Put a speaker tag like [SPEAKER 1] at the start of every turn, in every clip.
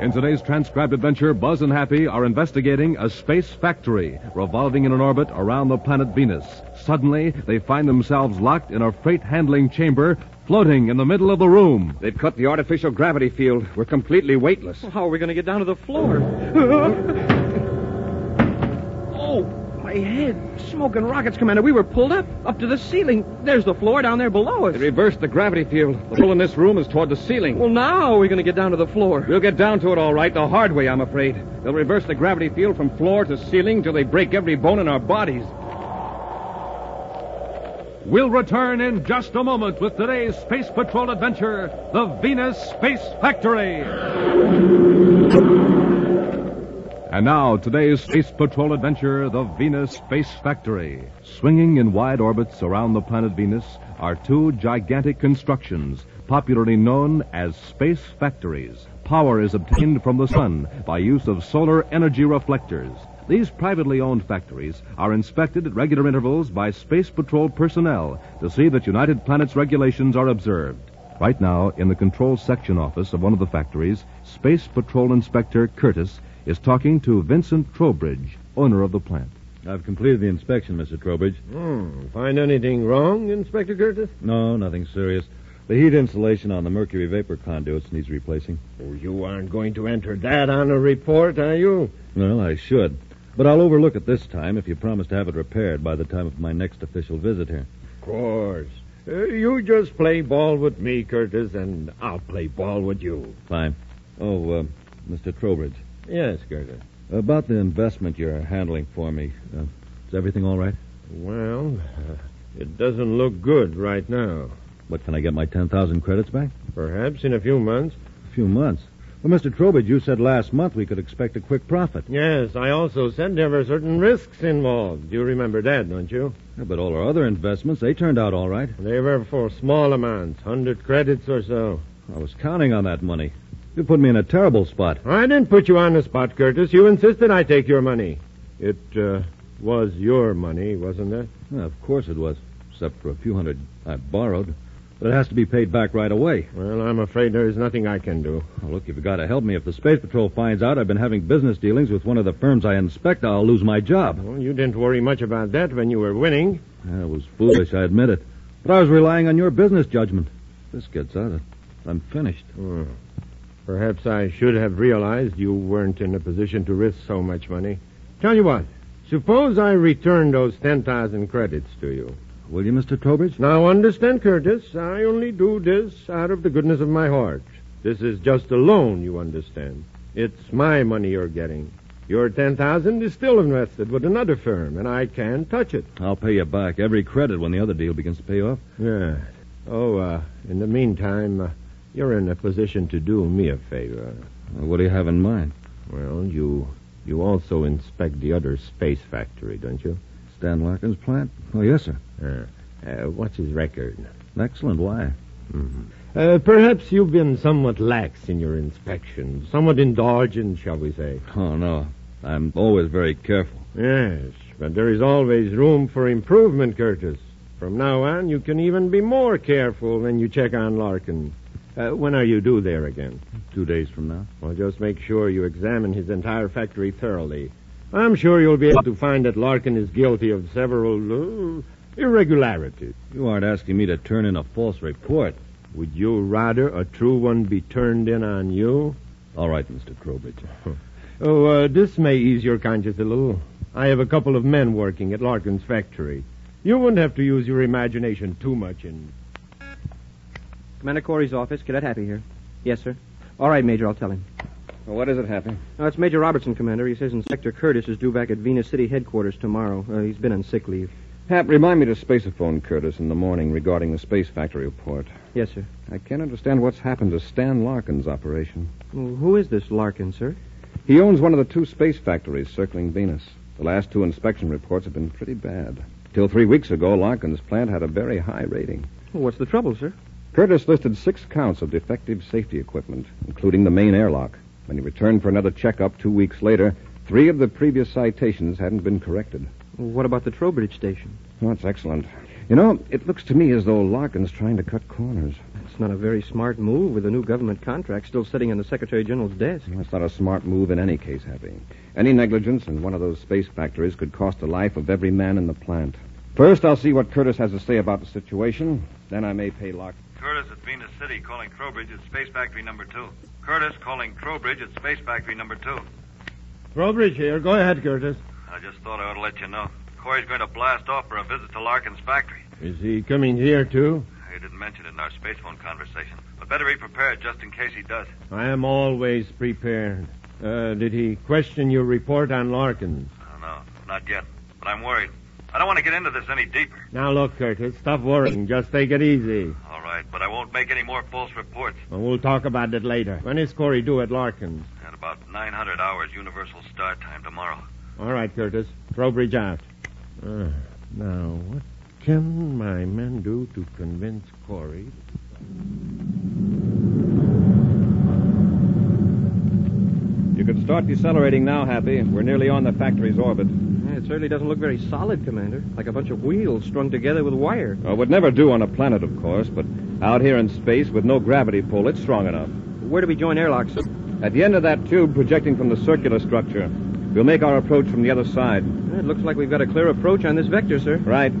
[SPEAKER 1] In today's transcribed adventure, Buzz and Happy are investigating a space factory revolving in an orbit around the planet Venus. Suddenly, they find themselves locked in a freight handling chamber floating in the middle of the room.
[SPEAKER 2] They've cut the artificial gravity field. We're completely weightless.
[SPEAKER 3] Well, how are we going to get down to the floor? oh, my head. Smoke and rockets, Commander. We were pulled up, up to the ceiling. There's the floor down there below us.
[SPEAKER 2] They reversed the gravity field. The pull in this room is toward the ceiling.
[SPEAKER 3] Well, now how are we going to get down to the floor?
[SPEAKER 2] We'll get down to it all right, the hard way, I'm afraid. They'll reverse the gravity field from floor to ceiling till they break every bone in our bodies.
[SPEAKER 1] We'll return in just a moment with today's Space Patrol adventure The Venus Space Factory. And now, today's Space Patrol adventure The Venus Space Factory. Swinging in wide orbits around the planet Venus are two gigantic constructions, popularly known as space factories. Power is obtained from the sun by use of solar energy reflectors. These privately owned factories are inspected at regular intervals by Space Patrol personnel to see that United Planets regulations are observed. Right now, in the control section office of one of the factories, Space Patrol Inspector Curtis is talking to Vincent Trowbridge, owner of the plant.
[SPEAKER 4] I've completed the inspection, Mr. Trowbridge.
[SPEAKER 5] Hmm. Find anything wrong, Inspector Curtis?
[SPEAKER 4] No, nothing serious. The heat insulation on the mercury vapor conduits needs replacing.
[SPEAKER 5] Oh, you aren't going to enter that on a report, are you?
[SPEAKER 4] Well, I should. But I'll overlook it this time if you promise to have it repaired by the time of my next official visit here.
[SPEAKER 5] Of course. Uh, you just play ball with me, Curtis, and I'll play ball with you.
[SPEAKER 4] Fine. Oh, uh, Mr. Trowbridge,
[SPEAKER 5] Yes, Curtis.
[SPEAKER 4] about the investment you're handling for me, uh, is everything all right?
[SPEAKER 5] Well, uh, it doesn't look good right now.
[SPEAKER 4] What, can I get my 10,000 credits back?
[SPEAKER 5] Perhaps in a few months.
[SPEAKER 4] A few months. Well, Mr. Trowbridge, you said last month we could expect a quick profit.
[SPEAKER 5] Yes, I also said there were certain risks involved. You remember that, don't you?
[SPEAKER 4] Yeah, but all our other investments, they turned out all right.
[SPEAKER 5] They were for small amounts, hundred credits or so.
[SPEAKER 4] I was counting on that money. You put me in a terrible spot.
[SPEAKER 5] I didn't put you on the spot, Curtis. You insisted I take your money. It uh, was your money, wasn't it?
[SPEAKER 4] Yeah, of course it was, except for a few hundred I borrowed. But it has to be paid back right away.
[SPEAKER 5] Well, I'm afraid there is nothing I can do.
[SPEAKER 4] Now, look, you've got to help me. If the Space Patrol finds out I've been having business dealings with one of the firms I inspect, I'll lose my job.
[SPEAKER 5] Well, you didn't worry much about that when you were winning.
[SPEAKER 4] I was foolish, I admit it. But I was relying on your business judgment. This gets out of. I'm finished.
[SPEAKER 5] Hmm. Perhaps I should have realized you weren't in a position to risk so much money. Tell you what, suppose I return those 10,000 credits to you.
[SPEAKER 4] Will you, Mr. Trowbridge?
[SPEAKER 5] Now, understand, Curtis, I only do this out of the goodness of my heart. This is just a loan, you understand. It's my money you're getting. Your 10,000 is still invested with another firm, and I can't touch it.
[SPEAKER 4] I'll pay you back every credit when the other deal begins to pay off.
[SPEAKER 5] Yeah. Oh, uh, in the meantime, uh, you're in a position to do me a favor.
[SPEAKER 4] Uh, What do you have in mind?
[SPEAKER 5] Well, you you also inspect the other space factory, don't you?
[SPEAKER 4] Stan Larkin's plant? Oh, yes, sir.
[SPEAKER 5] Uh, uh, what's his record?
[SPEAKER 4] Excellent. Why?
[SPEAKER 5] Uh, perhaps you've been somewhat lax in your inspections, somewhat indulgent, shall we say?
[SPEAKER 4] Oh, no. I'm always very careful.
[SPEAKER 5] Yes, but there is always room for improvement, Curtis. From now on, you can even be more careful when you check on Larkin. Uh, when are you due there again?
[SPEAKER 4] Two days from now.
[SPEAKER 5] Well, just make sure you examine his entire factory thoroughly. I'm sure you'll be able to find that Larkin is guilty of several uh, irregularities.
[SPEAKER 4] You aren't asking me to turn in a false report.
[SPEAKER 5] Would you rather a true one be turned in on you?
[SPEAKER 4] All right, Mr. Trowbridge.
[SPEAKER 5] Oh, uh, this may ease your conscience a little. I have a couple of men working at Larkin's factory. You wouldn't have to use your imagination too much in.
[SPEAKER 3] Commander Corey's office. Cadet Happy here. Yes, sir. All right, Major, I'll tell him.
[SPEAKER 2] Well, what is it, Happy?
[SPEAKER 3] Now, it's Major Robertson, Commander. He says Inspector Curtis is due back at Venus City headquarters tomorrow. Uh, he's been on sick leave.
[SPEAKER 2] Hap, remind me to spaceophone Curtis in the morning regarding the space factory report.
[SPEAKER 3] Yes, sir.
[SPEAKER 2] I can't understand what's happened to Stan Larkin's operation.
[SPEAKER 3] Well, who is this Larkin, sir?
[SPEAKER 2] He owns one of the two space factories circling Venus. The last two inspection reports have been pretty bad. Till three weeks ago, Larkin's plant had a very high rating.
[SPEAKER 3] Well, what's the trouble, sir?
[SPEAKER 2] Curtis listed six counts of defective safety equipment, including the main airlock. When he returned for another checkup two weeks later, three of the previous citations hadn't been corrected.
[SPEAKER 3] Well, what about the Trowbridge station?
[SPEAKER 2] Well, that's excellent. You know, it looks to me as though Larkin's trying to cut corners.
[SPEAKER 3] That's Not a very smart move with the new government contract still sitting on the Secretary General's desk.
[SPEAKER 2] That's not a smart move in any case, Happy. Any negligence in one of those space factories could cost the life of every man in the plant. First, I'll see what Curtis has to say about the situation. Then I may pay Locke.
[SPEAKER 6] Curtis at Venus City calling Trowbridge at Space Factory number two. Curtis calling Trowbridge at Space Factory number two.
[SPEAKER 5] Trowbridge here. Go ahead, Curtis.
[SPEAKER 6] I just thought I ought to let you know. Corey's going to blast off for a visit to Larkin's factory.
[SPEAKER 5] Is he coming here, too?
[SPEAKER 6] He didn't mention it in our space phone conversation, but better be prepared just in case he does.
[SPEAKER 5] I am always prepared. Uh, did he question your report on Larkin?
[SPEAKER 6] I don't know. Oh, Not yet. But I'm worried. I don't want to get into this any deeper.
[SPEAKER 5] Now, look, Curtis, stop worrying. Just take it easy.
[SPEAKER 6] All right, but I won't make any more false reports.
[SPEAKER 5] And we'll talk about it later. When is Corey due at Larkin's?
[SPEAKER 6] At about 900 hours Universal Star Time tomorrow.
[SPEAKER 5] All right, Curtis. Trowbridge out. Uh, now, what can my men do to convince Corey?
[SPEAKER 2] You can start decelerating now, Happy. We're nearly on the factory's orbit.
[SPEAKER 3] Yeah, it certainly doesn't look very solid, Commander. Like a bunch of wheels strung together with wire.
[SPEAKER 2] Well, it would never do on a planet, of course, but out here in space with no gravity pull, it's strong enough.
[SPEAKER 3] Where do we join airlocks?
[SPEAKER 2] At the end of that tube projecting from the circular structure, we'll make our approach from the other side.
[SPEAKER 3] It looks like we've got a clear approach on this vector, sir.
[SPEAKER 2] Right.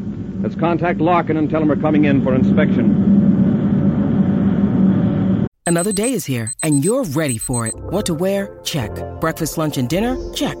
[SPEAKER 2] Let's contact Larkin and tell him we're coming in for inspection.
[SPEAKER 7] Another day is here, and you're ready for it. What to wear? Check. Breakfast, lunch, and dinner? Check.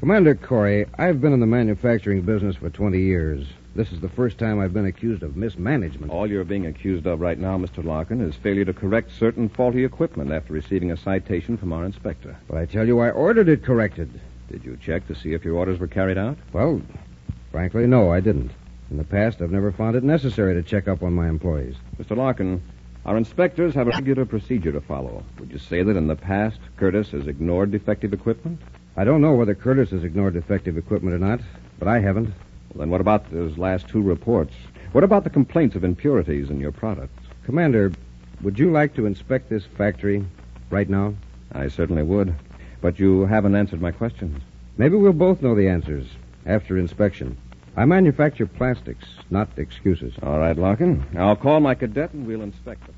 [SPEAKER 8] Commander Corey, I've been in the manufacturing business for 20 years. This is the first time I've been accused of mismanagement.
[SPEAKER 2] All you're being accused of right now, Mr. Larkin, is failure to correct certain faulty equipment after receiving a citation from our inspector.
[SPEAKER 8] But I tell you, I ordered it corrected.
[SPEAKER 2] Did you check to see if your orders were carried out?
[SPEAKER 8] Well, frankly, no, I didn't. In the past, I've never found it necessary to check up on my employees.
[SPEAKER 2] Mr. Larkin, our inspectors have a regular procedure to follow. Would you say that in the past, Curtis has ignored defective equipment?
[SPEAKER 8] I don't know whether Curtis has ignored defective equipment or not, but I haven't.
[SPEAKER 2] Well, then what about those last two reports? What about the complaints of impurities in your products?
[SPEAKER 8] Commander, would you like to inspect this factory right now?
[SPEAKER 2] I certainly would. But you haven't answered my questions.
[SPEAKER 8] Maybe we'll both know the answers after inspection. I manufacture plastics, not excuses.
[SPEAKER 2] All right, Larkin. I'll call my cadet and we'll inspect it.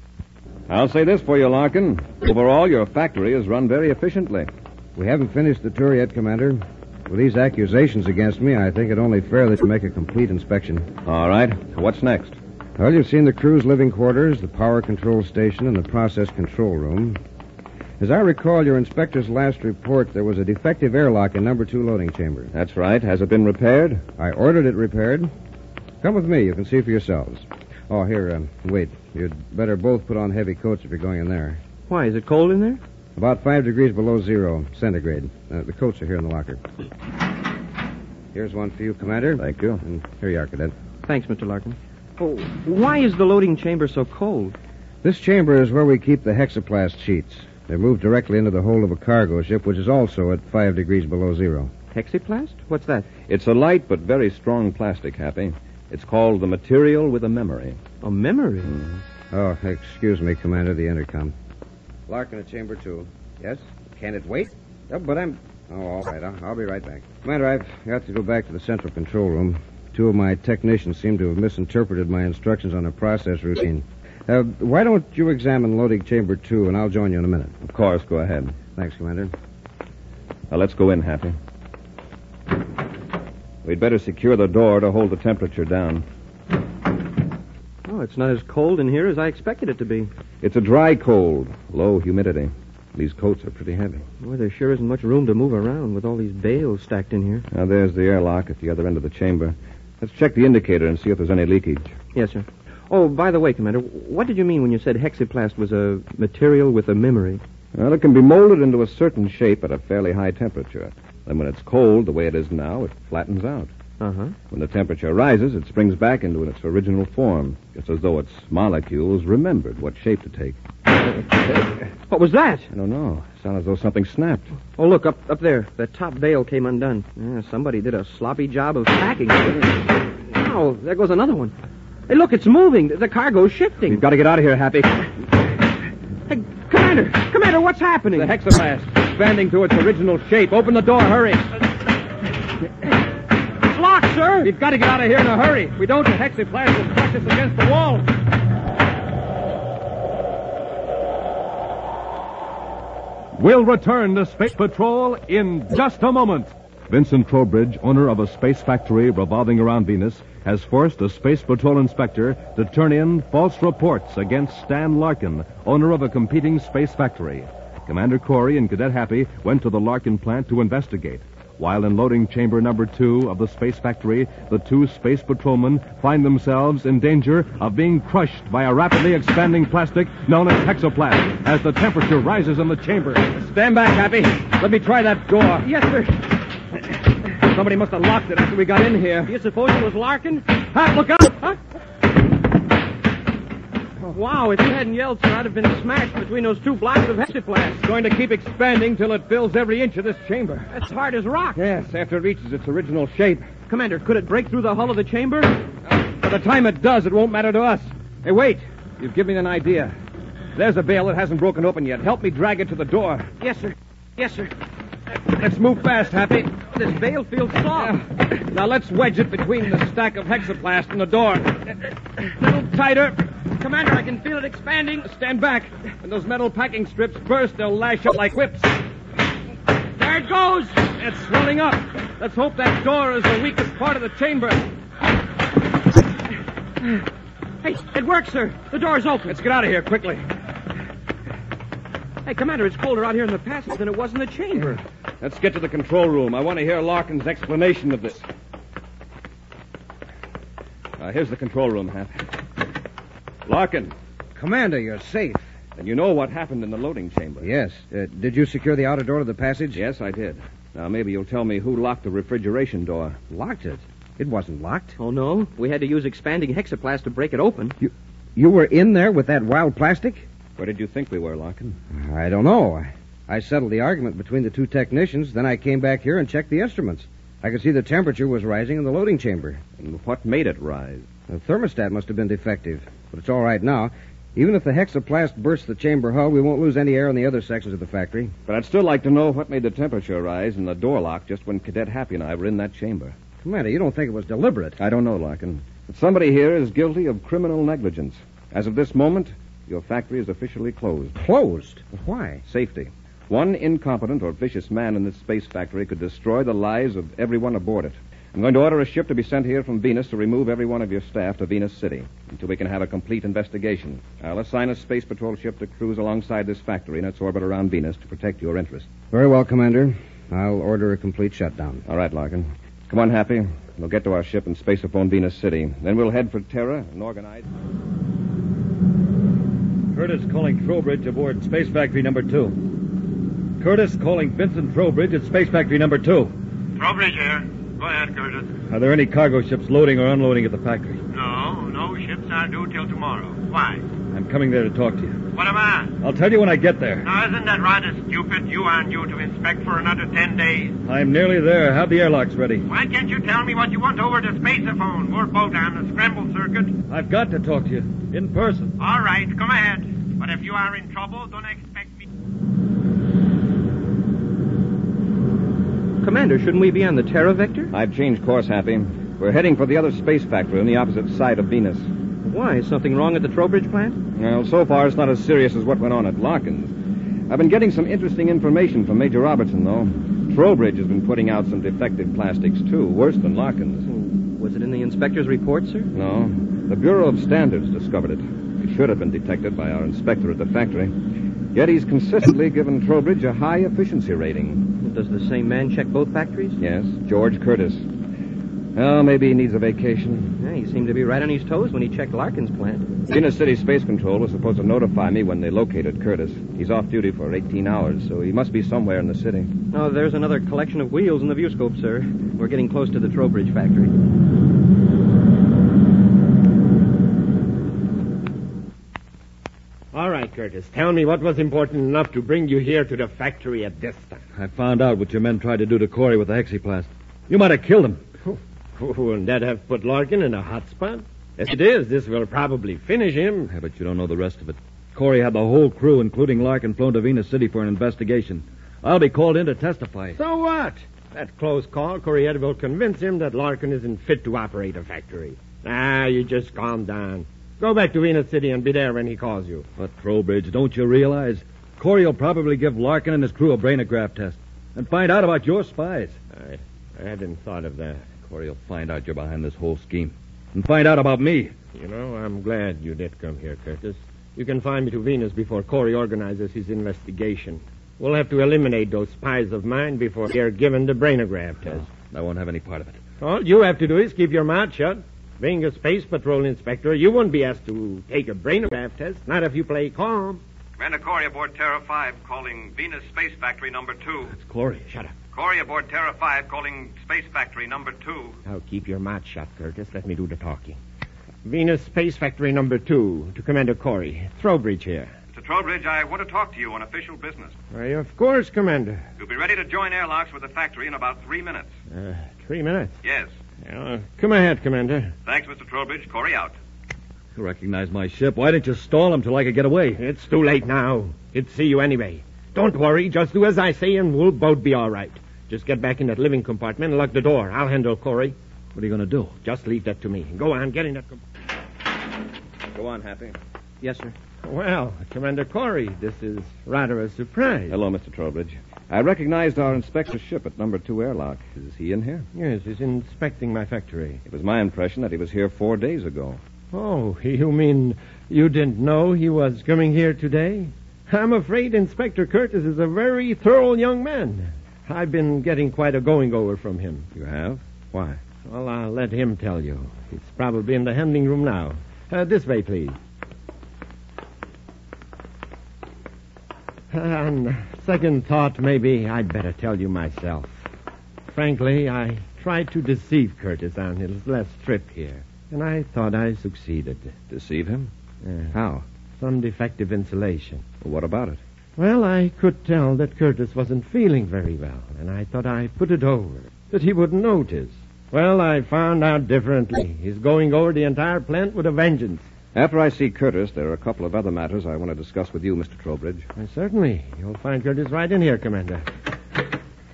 [SPEAKER 2] I'll say this for you, Larkin. Overall, your factory is run very efficiently.
[SPEAKER 8] We haven't finished the tour yet, Commander. With these accusations against me, I think it only fair that you make a complete inspection.
[SPEAKER 2] All right. What's next?
[SPEAKER 8] Well, you've seen the crew's living quarters, the power control station, and the process control room. As I recall your inspector's last report, there was a defective airlock in number two loading chamber.
[SPEAKER 2] That's right. Has it been repaired?
[SPEAKER 8] I ordered it repaired. Come with me. You can see for yourselves. Oh, here, um, wait. You'd better both put on heavy coats if you're going in there.
[SPEAKER 3] Why, is it cold in there?
[SPEAKER 8] About five degrees below zero centigrade. Uh, the coats are here in the locker. Here's one for you, Commander.
[SPEAKER 2] Thank you.
[SPEAKER 8] And here you are, Cadet.
[SPEAKER 3] Thanks, Mr. Larkin. Oh, why is the loading chamber so cold?
[SPEAKER 8] This chamber is where we keep the hexaplast sheets. They're moved directly into the hold of a cargo ship, which is also at five degrees below zero.
[SPEAKER 3] Hexiplast? What's that?
[SPEAKER 2] It's a light but very strong plastic, Happy. It's called the material with a memory.
[SPEAKER 3] A memory?
[SPEAKER 8] Oh, excuse me, Commander, the intercom. Larkin at chamber two. Yes? Can it wait? Oh, but I'm. Oh, all right. I'll, I'll be right back. Commander, I've got to go back to the central control room. Two of my technicians seem to have misinterpreted my instructions on a process routine. Uh, why don't you examine loading chamber two, and I'll join you in a minute.
[SPEAKER 2] Of course, go ahead.
[SPEAKER 8] Thanks, Commander.
[SPEAKER 2] Now let's go in, Happy. We'd better secure the door to hold the temperature down.
[SPEAKER 3] Oh, it's not as cold in here as I expected it to be.
[SPEAKER 2] It's a dry cold, low humidity. These coats are pretty heavy.
[SPEAKER 3] Boy, there sure isn't much room to move around with all these bales stacked in here.
[SPEAKER 2] Now, there's the airlock at the other end of the chamber. Let's check the indicator and see if there's any leakage.
[SPEAKER 3] Yes, sir. Oh, by the way, Commander, what did you mean when you said hexaplast was a material with a memory?
[SPEAKER 2] Well, it can be molded into a certain shape at a fairly high temperature. Then, when it's cold, the way it is now, it flattens out.
[SPEAKER 3] Uh huh.
[SPEAKER 2] When the temperature rises, it springs back into its original form, just as though its molecules remembered what shape to take.
[SPEAKER 3] What was that?
[SPEAKER 2] I don't know. Sounds as though something snapped.
[SPEAKER 3] Oh, look, up up there. The top bale came undone. Yeah, somebody did a sloppy job of packing it. Wow, there goes another one. Hey, look, it's moving. The- The cargo's shifting.
[SPEAKER 2] You've got to get out of here, Happy.
[SPEAKER 3] Hey, Commander! Commander, what's happening?
[SPEAKER 2] The hexaplast, expanding to its original shape. Open the door, hurry.
[SPEAKER 3] It's locked, sir!
[SPEAKER 2] We've got to get out of here in a hurry. If we don't, the hexaplast will crush us against the wall.
[SPEAKER 1] We'll return to Space Patrol in just a moment. Vincent Trowbridge, owner of a space factory revolving around Venus, has forced a Space Patrol inspector to turn in false reports against Stan Larkin, owner of a competing space factory. Commander Corey and Cadet Happy went to the Larkin plant to investigate. While in loading chamber number two of the space factory, the two space patrolmen find themselves in danger of being crushed by a rapidly expanding plastic known as hexaplast as the temperature rises in the chamber.
[SPEAKER 2] Stand back, Happy. Let me try that door.
[SPEAKER 3] Yes, sir.
[SPEAKER 2] Somebody must have locked it after we got in here.
[SPEAKER 3] You suppose it was Larkin? Hap, look out! Huh? Wow, if you hadn't yelled, sir, I'd have been smashed between those two blocks of hexaplast.
[SPEAKER 2] It's going to keep expanding till it fills every inch of this chamber.
[SPEAKER 3] That's hard as rock.
[SPEAKER 2] Yes, after it reaches its original shape.
[SPEAKER 3] Commander, could it break through the hull of the chamber?
[SPEAKER 2] By the time it does, it won't matter to us. Hey, wait. You've given me an idea. There's a bale that hasn't broken open yet. Help me drag it to the door.
[SPEAKER 3] Yes, sir. Yes, sir.
[SPEAKER 2] Let's move fast, Happy.
[SPEAKER 3] This veil feels soft.
[SPEAKER 2] Now let's wedge it between the stack of hexaplast and the door. A little tighter.
[SPEAKER 3] Commander, I can feel it expanding.
[SPEAKER 2] Stand back. When those metal packing strips burst, they'll lash out like whips.
[SPEAKER 3] There it goes.
[SPEAKER 2] It's swelling up. Let's hope that door is the weakest part of the chamber.
[SPEAKER 3] Hey, it works, sir. The door's open.
[SPEAKER 2] Let's get out of here quickly.
[SPEAKER 3] Hey, Commander, it's colder out here in the passage than it was in the chamber.
[SPEAKER 2] Let's get to the control room. I want to hear Larkin's explanation of this. Uh, here's the control room, Hap. Larkin,
[SPEAKER 8] Commander, you're safe.
[SPEAKER 2] and you know what happened in the loading chamber.
[SPEAKER 8] Yes. Uh, did you secure the outer door to the passage?
[SPEAKER 2] Yes, I did. Now, maybe you'll tell me who locked the refrigeration door.
[SPEAKER 8] Locked it. It wasn't locked.
[SPEAKER 3] Oh, no. We had to use expanding hexaplast to break it open.
[SPEAKER 8] You were in there with that wild plastic?
[SPEAKER 2] Where did you think we were, Larkin?
[SPEAKER 8] I don't know. I, I settled the argument between the two technicians, then I came back here and checked the instruments. I could see the temperature was rising in the loading chamber.
[SPEAKER 2] And what made it rise?
[SPEAKER 8] The thermostat must have been defective, but it's all right now. Even if the hexaplast bursts the chamber hull, we won't lose any air in the other sections of the factory.
[SPEAKER 2] But I'd still like to know what made the temperature rise and the door lock just when Cadet Happy and I were in that chamber.
[SPEAKER 8] Commander, you don't think it was deliberate?
[SPEAKER 2] I don't know, Larkin. But somebody here is guilty of criminal negligence. As of this moment, your factory is officially closed.
[SPEAKER 8] Closed? Why?
[SPEAKER 2] Safety. One incompetent or vicious man in this space factory could destroy the lives of everyone aboard it. I'm going to order a ship to be sent here from Venus to remove every one of your staff to Venus City until we can have a complete investigation. I'll assign a space patrol ship to cruise alongside this factory in its orbit around Venus to protect your interests.
[SPEAKER 8] Very well, Commander. I'll order a complete shutdown.
[SPEAKER 2] All right, Larkin. Come on, Happy. We'll get to our ship and space upon Venus City. Then we'll head for Terra and organize.
[SPEAKER 4] Curtis calling Trowbridge aboard Space Factory number two. Curtis calling Vincent Trowbridge at Space Factory number two.
[SPEAKER 6] Trowbridge here. Go ahead, Curtis.
[SPEAKER 4] Are there any cargo ships loading or unloading at the factory?
[SPEAKER 6] No, no ships are due till tomorrow. Why?
[SPEAKER 4] I'm coming there to talk to you.
[SPEAKER 6] What am I?
[SPEAKER 4] I'll tell you when I get there.
[SPEAKER 6] Now, isn't that rather stupid? You aren't due to inspect for another ten days.
[SPEAKER 4] I'm nearly there. Have the airlocks ready.
[SPEAKER 6] Why can't you tell me what you want over to Spaceophone? We're both on the scramble circuit.
[SPEAKER 4] I've got to talk to you in person.
[SPEAKER 6] All right, come ahead. But if you are in trouble, don't expect me.
[SPEAKER 3] Commander, shouldn't we be on the Terra Vector?
[SPEAKER 2] I've changed course, Happy. We're heading for the other space factory on the opposite side of Venus.
[SPEAKER 3] Why? Is something wrong at the Trowbridge plant?
[SPEAKER 2] Well, so far it's not as serious as what went on at Larkin's. I've been getting some interesting information from Major Robertson, though. Trowbridge has been putting out some defective plastics, too, worse than Larkin's.
[SPEAKER 3] Hmm. Was it in the inspector's report, sir?
[SPEAKER 2] No, the Bureau of Standards discovered it. It should have been detected by our inspector at the factory. Yet he's consistently given Trowbridge a high efficiency rating.
[SPEAKER 3] Does the same man check both factories?
[SPEAKER 2] Yes, George Curtis. Oh, maybe he needs a vacation.
[SPEAKER 3] Yeah, he seemed to be right on his toes when he checked Larkin's plant.
[SPEAKER 2] Venus City Space Control was supposed to notify me when they located Curtis. He's off duty for 18 hours, so he must be somewhere in the city.
[SPEAKER 3] Oh, there's another collection of wheels in the viewscope, sir. We're getting close to the Trowbridge factory.
[SPEAKER 5] All right, Curtis. Tell me what was important enough to bring you here to the factory at this time.
[SPEAKER 4] I found out what your men tried to do to Corey with the hexiplast. You might have killed him.
[SPEAKER 5] Wouldn't that have put Larkin in a hot spot? As it is, this will probably finish him.
[SPEAKER 4] Yeah, but you don't know the rest of it. Corey had the whole crew, including Larkin, flown to Venus City for an investigation. I'll be called in to testify.
[SPEAKER 5] So what? That close call, Corriette will convince him that Larkin isn't fit to operate a factory. Ah, you just calm down. Go back to Venus City and be there when he calls you.
[SPEAKER 4] But Trowbridge, don't you realize? Corey will probably give Larkin and his crew a brainograph test and find out about your spies.
[SPEAKER 5] I, I hadn't thought of that.
[SPEAKER 4] Corey will find out you're behind this whole scheme and find out about me.
[SPEAKER 5] You know, I'm glad you did come here, Curtis. You can find me to Venus before Corey organizes his investigation. We'll have to eliminate those spies of mine before they're given the brainograph test.
[SPEAKER 4] I won't have any part of it.
[SPEAKER 5] All you have to do is keep your mouth shut. Being a space patrol inspector, you won't be asked to take a brainograph test, not if you play calm.
[SPEAKER 6] Commander Corey aboard Terra 5 calling Venus Space Factory number 2.
[SPEAKER 4] It's Corey. Shut up.
[SPEAKER 6] Corey aboard Terra 5 calling Space Factory number 2.
[SPEAKER 5] Now keep your mouth shut, Curtis. Let me do the talking. Venus Space Factory number two to Commander Corey. Throwbridge here.
[SPEAKER 6] Mr. Trowbridge, I want to talk to you on official business.
[SPEAKER 5] Why, of course, Commander.
[SPEAKER 6] You'll be ready to join airlocks with the factory in about three minutes.
[SPEAKER 5] Uh, three minutes.
[SPEAKER 6] Yes.
[SPEAKER 5] Uh, come ahead, Commander.
[SPEAKER 6] Thanks, Mr. Trowbridge. Corey out.
[SPEAKER 4] You recognize my ship. Why didn't you stall him till I could get away?
[SPEAKER 5] It's too late now. He'd see you anyway. Don't worry. Just do as I say, and we'll both be all right. Just get back in that living compartment and lock the door. I'll handle Corey.
[SPEAKER 4] What are you going to do?
[SPEAKER 5] Just leave that to me. Go on, get in that compartment.
[SPEAKER 2] Go on, Happy.
[SPEAKER 3] Yes, sir.
[SPEAKER 5] Well, Commander Corey, this is rather a surprise.
[SPEAKER 2] Hello, Mr. Trowbridge. I recognized our inspector's ship at number two airlock. Is he in here?
[SPEAKER 5] Yes, he's inspecting my factory.
[SPEAKER 2] It was my impression that he was here four days ago.
[SPEAKER 5] Oh, you mean you didn't know he was coming here today? I'm afraid Inspector Curtis is a very thorough young man. I've been getting quite a going over from him.
[SPEAKER 2] You have? Why?
[SPEAKER 5] Well, I'll let him tell you. He's probably in the handling room now. Uh, this way, please. On second thought, maybe I'd better tell you myself. Frankly, I tried to deceive Curtis on his last trip here, and I thought I succeeded.
[SPEAKER 2] Deceive him?
[SPEAKER 5] Uh,
[SPEAKER 2] How?
[SPEAKER 5] some defective insulation.
[SPEAKER 2] Well, what about it?
[SPEAKER 5] Well, I could tell that Curtis wasn't feeling very well, and I thought I put it over, that he wouldn't notice. Well, I found out differently. He's going over the entire plant with a vengeance.
[SPEAKER 2] After I see Curtis, there are a couple of other matters I want to discuss with you, Mr. Trowbridge.
[SPEAKER 5] Why, certainly. You'll find Curtis right in here, Commander.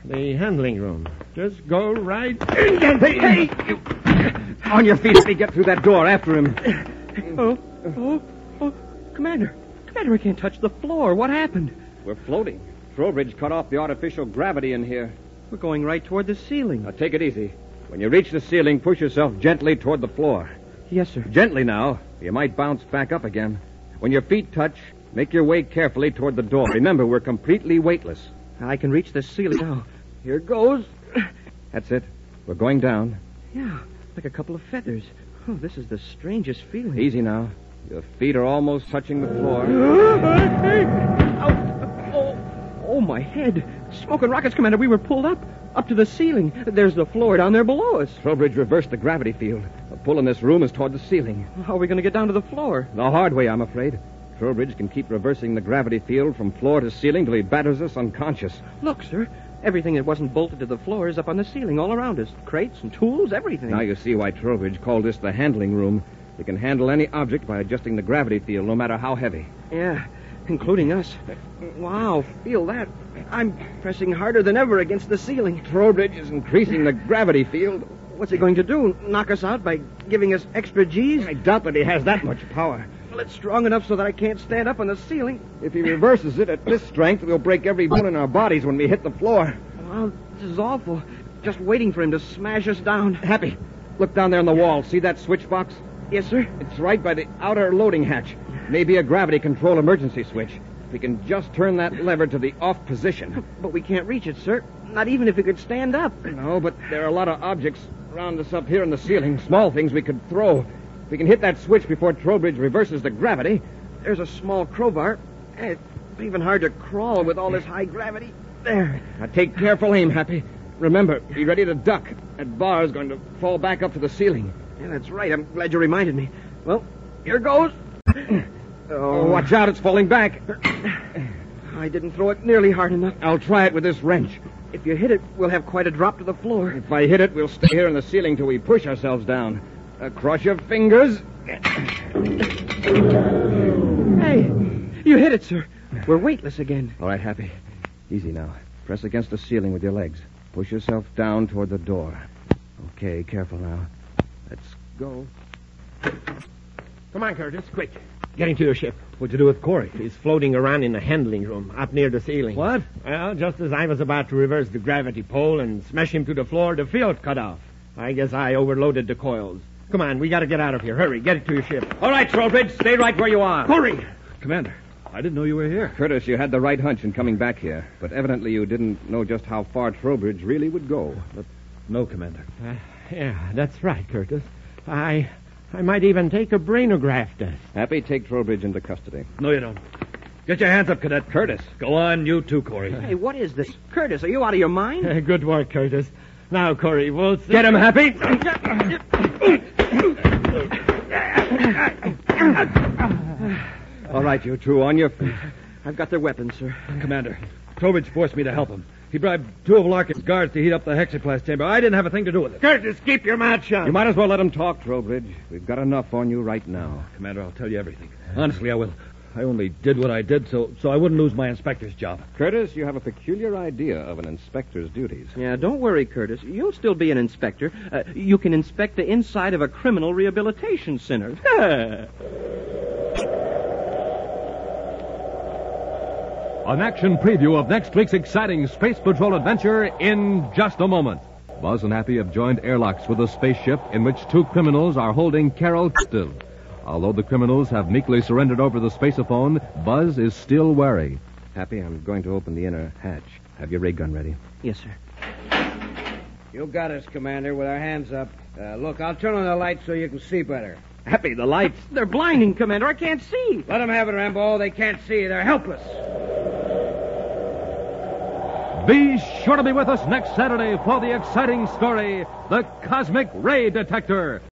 [SPEAKER 5] The handling room. Just go right in. Hey, hey!
[SPEAKER 2] On your feet, let me get through that door after him.
[SPEAKER 3] Oh, oh, oh, Commander. Commander, I can't touch the floor. What happened?
[SPEAKER 2] We're floating. Trowbridge cut off the artificial gravity in here.
[SPEAKER 3] We're going right toward the ceiling.
[SPEAKER 5] Uh,
[SPEAKER 2] Now take it easy. When you reach the ceiling, push yourself gently toward the floor.
[SPEAKER 3] yes, sir.
[SPEAKER 2] Gently now. You might bounce back up again. When your feet touch, make your way carefully toward the door. Remember, we're completely weightless.
[SPEAKER 3] I can reach the ceiling Oh, now. Here goes.
[SPEAKER 2] That's it. We're going down.
[SPEAKER 3] Yeah, like a couple of feathers. Oh, this is the strangest feeling.
[SPEAKER 2] Easy now. Your feet are almost touching the floor.
[SPEAKER 5] Uh,
[SPEAKER 3] Ow. Oh, oh, my head. Smoke and rockets, Commander. We were pulled up, up to the ceiling. There's the floor down there below us.
[SPEAKER 2] Trowbridge reversed the gravity field. The pull in this room is toward the ceiling.
[SPEAKER 3] How are we going to get down to the floor?
[SPEAKER 2] The hard way, I'm afraid. Trowbridge can keep reversing the gravity field from floor to ceiling till he batters us unconscious.
[SPEAKER 3] Look, sir. Everything that wasn't bolted to the floor is up on the ceiling all around us. Crates and tools, everything.
[SPEAKER 2] Now you see why Trowbridge called this the handling room. He can handle any object by adjusting the gravity field, no matter how heavy.
[SPEAKER 3] Yeah, including us. Wow, feel that. I'm pressing harder than ever against the ceiling.
[SPEAKER 2] Trowbridge is increasing the gravity field.
[SPEAKER 3] What's he going to do? Knock us out by giving us extra G's?
[SPEAKER 2] I doubt that he has that much power.
[SPEAKER 3] Well, it's strong enough so that I can't stand up on the ceiling.
[SPEAKER 2] If he reverses it at this strength, we'll break every bone in our bodies when we hit the floor.
[SPEAKER 3] Wow, this is awful. Just waiting for him to smash us down.
[SPEAKER 2] Happy, look down there on the wall. See that switch box?
[SPEAKER 3] Yes, sir.
[SPEAKER 2] It's right by the outer loading hatch. Maybe a gravity control emergency switch. If we can just turn that lever to the off position.
[SPEAKER 3] But we can't reach it, sir. Not even if it could stand up.
[SPEAKER 2] No, but there are a lot of objects around us up here in the ceiling, small things we could throw. If we can hit that switch before Trowbridge reverses the gravity.
[SPEAKER 3] There's a small crowbar. Eh, It's even hard to crawl with all this high gravity. There.
[SPEAKER 2] Now take careful aim, Happy. Remember, be ready to duck. That bar is going to fall back up to the ceiling.
[SPEAKER 3] Yeah, that's right. I'm glad you reminded me. Well, here goes.
[SPEAKER 2] Oh, watch out, it's falling back.
[SPEAKER 3] I didn't throw it nearly hard enough.
[SPEAKER 2] I'll try it with this wrench.
[SPEAKER 3] If you hit it, we'll have quite a drop to the floor.
[SPEAKER 2] If I hit it, we'll stay here in the ceiling till we push ourselves down. Uh, cross your fingers.
[SPEAKER 3] Hey, you hit it, sir. We're weightless again.
[SPEAKER 2] All right, Happy. Easy now. Press against the ceiling with your legs. Push yourself down toward the door. Okay, careful now. Let's go.
[SPEAKER 5] Come on, Curtis, quick. Get into your ship. What'd you do with Corey? He's floating around in the handling room, up near the ceiling.
[SPEAKER 4] What?
[SPEAKER 5] Well, just as I was about to reverse the gravity pole and smash him to the floor, the field cut off. I guess I overloaded the coils. Come on, we gotta get out of here. Hurry, get it to your ship.
[SPEAKER 4] All right, Trowbridge, stay right where you are.
[SPEAKER 5] Hurry!
[SPEAKER 4] Commander, I didn't know you were here.
[SPEAKER 2] Curtis, you had the right hunch in coming back here, but evidently you didn't know just how far Trowbridge really would go.
[SPEAKER 4] No, Commander.
[SPEAKER 5] Uh, Yeah, that's right, Curtis. I I might even take a brainograph test.
[SPEAKER 2] Happy, take Trowbridge into custody.
[SPEAKER 4] No, you don't. Get your hands up, Cadet. Curtis. Go on, you too, Corey.
[SPEAKER 3] Hey, what is this? Curtis, are you out of your mind?
[SPEAKER 5] Good work, Curtis. Now, Corey, we'll see.
[SPEAKER 2] Get him, Happy! All right, you two, on your feet.
[SPEAKER 3] I've got their weapons, sir.
[SPEAKER 4] Commander, Trowbridge forced me to help him. He bribed two of Larkin's guards to heat up the hexaplast chamber. I didn't have a thing to do with it.
[SPEAKER 5] Curtis, keep your mouth shut.
[SPEAKER 2] You might as well let him talk, Trowbridge. We've got enough on you right now.
[SPEAKER 4] Commander, I'll tell you everything. Honestly, I will. I only did what I did so, so I wouldn't lose my inspector's job.
[SPEAKER 2] Curtis, you have a peculiar idea of an inspector's duties.
[SPEAKER 3] Yeah, don't worry, Curtis. You'll still be an inspector. Uh, you can inspect the inside of a criminal rehabilitation center.
[SPEAKER 1] An action preview of next week's exciting Space Patrol adventure in just a moment. Buzz and Happy have joined airlocks with a spaceship in which two criminals are holding Carol captive. Although the criminals have meekly surrendered over the spaceophone, Buzz is still wary.
[SPEAKER 2] Happy, I'm going to open the inner hatch. Have your ray gun ready.
[SPEAKER 3] yes, sir.
[SPEAKER 8] You got us, Commander, with our hands up. Uh, look, I'll turn on the light so you can see better.
[SPEAKER 2] Happy, the lights.
[SPEAKER 3] They're blinding, Commander. I can't see.
[SPEAKER 8] Let them have it, Rambo. They can't see. They're helpless.
[SPEAKER 1] Be sure to be with us next Saturday for the exciting story The Cosmic Ray Detector.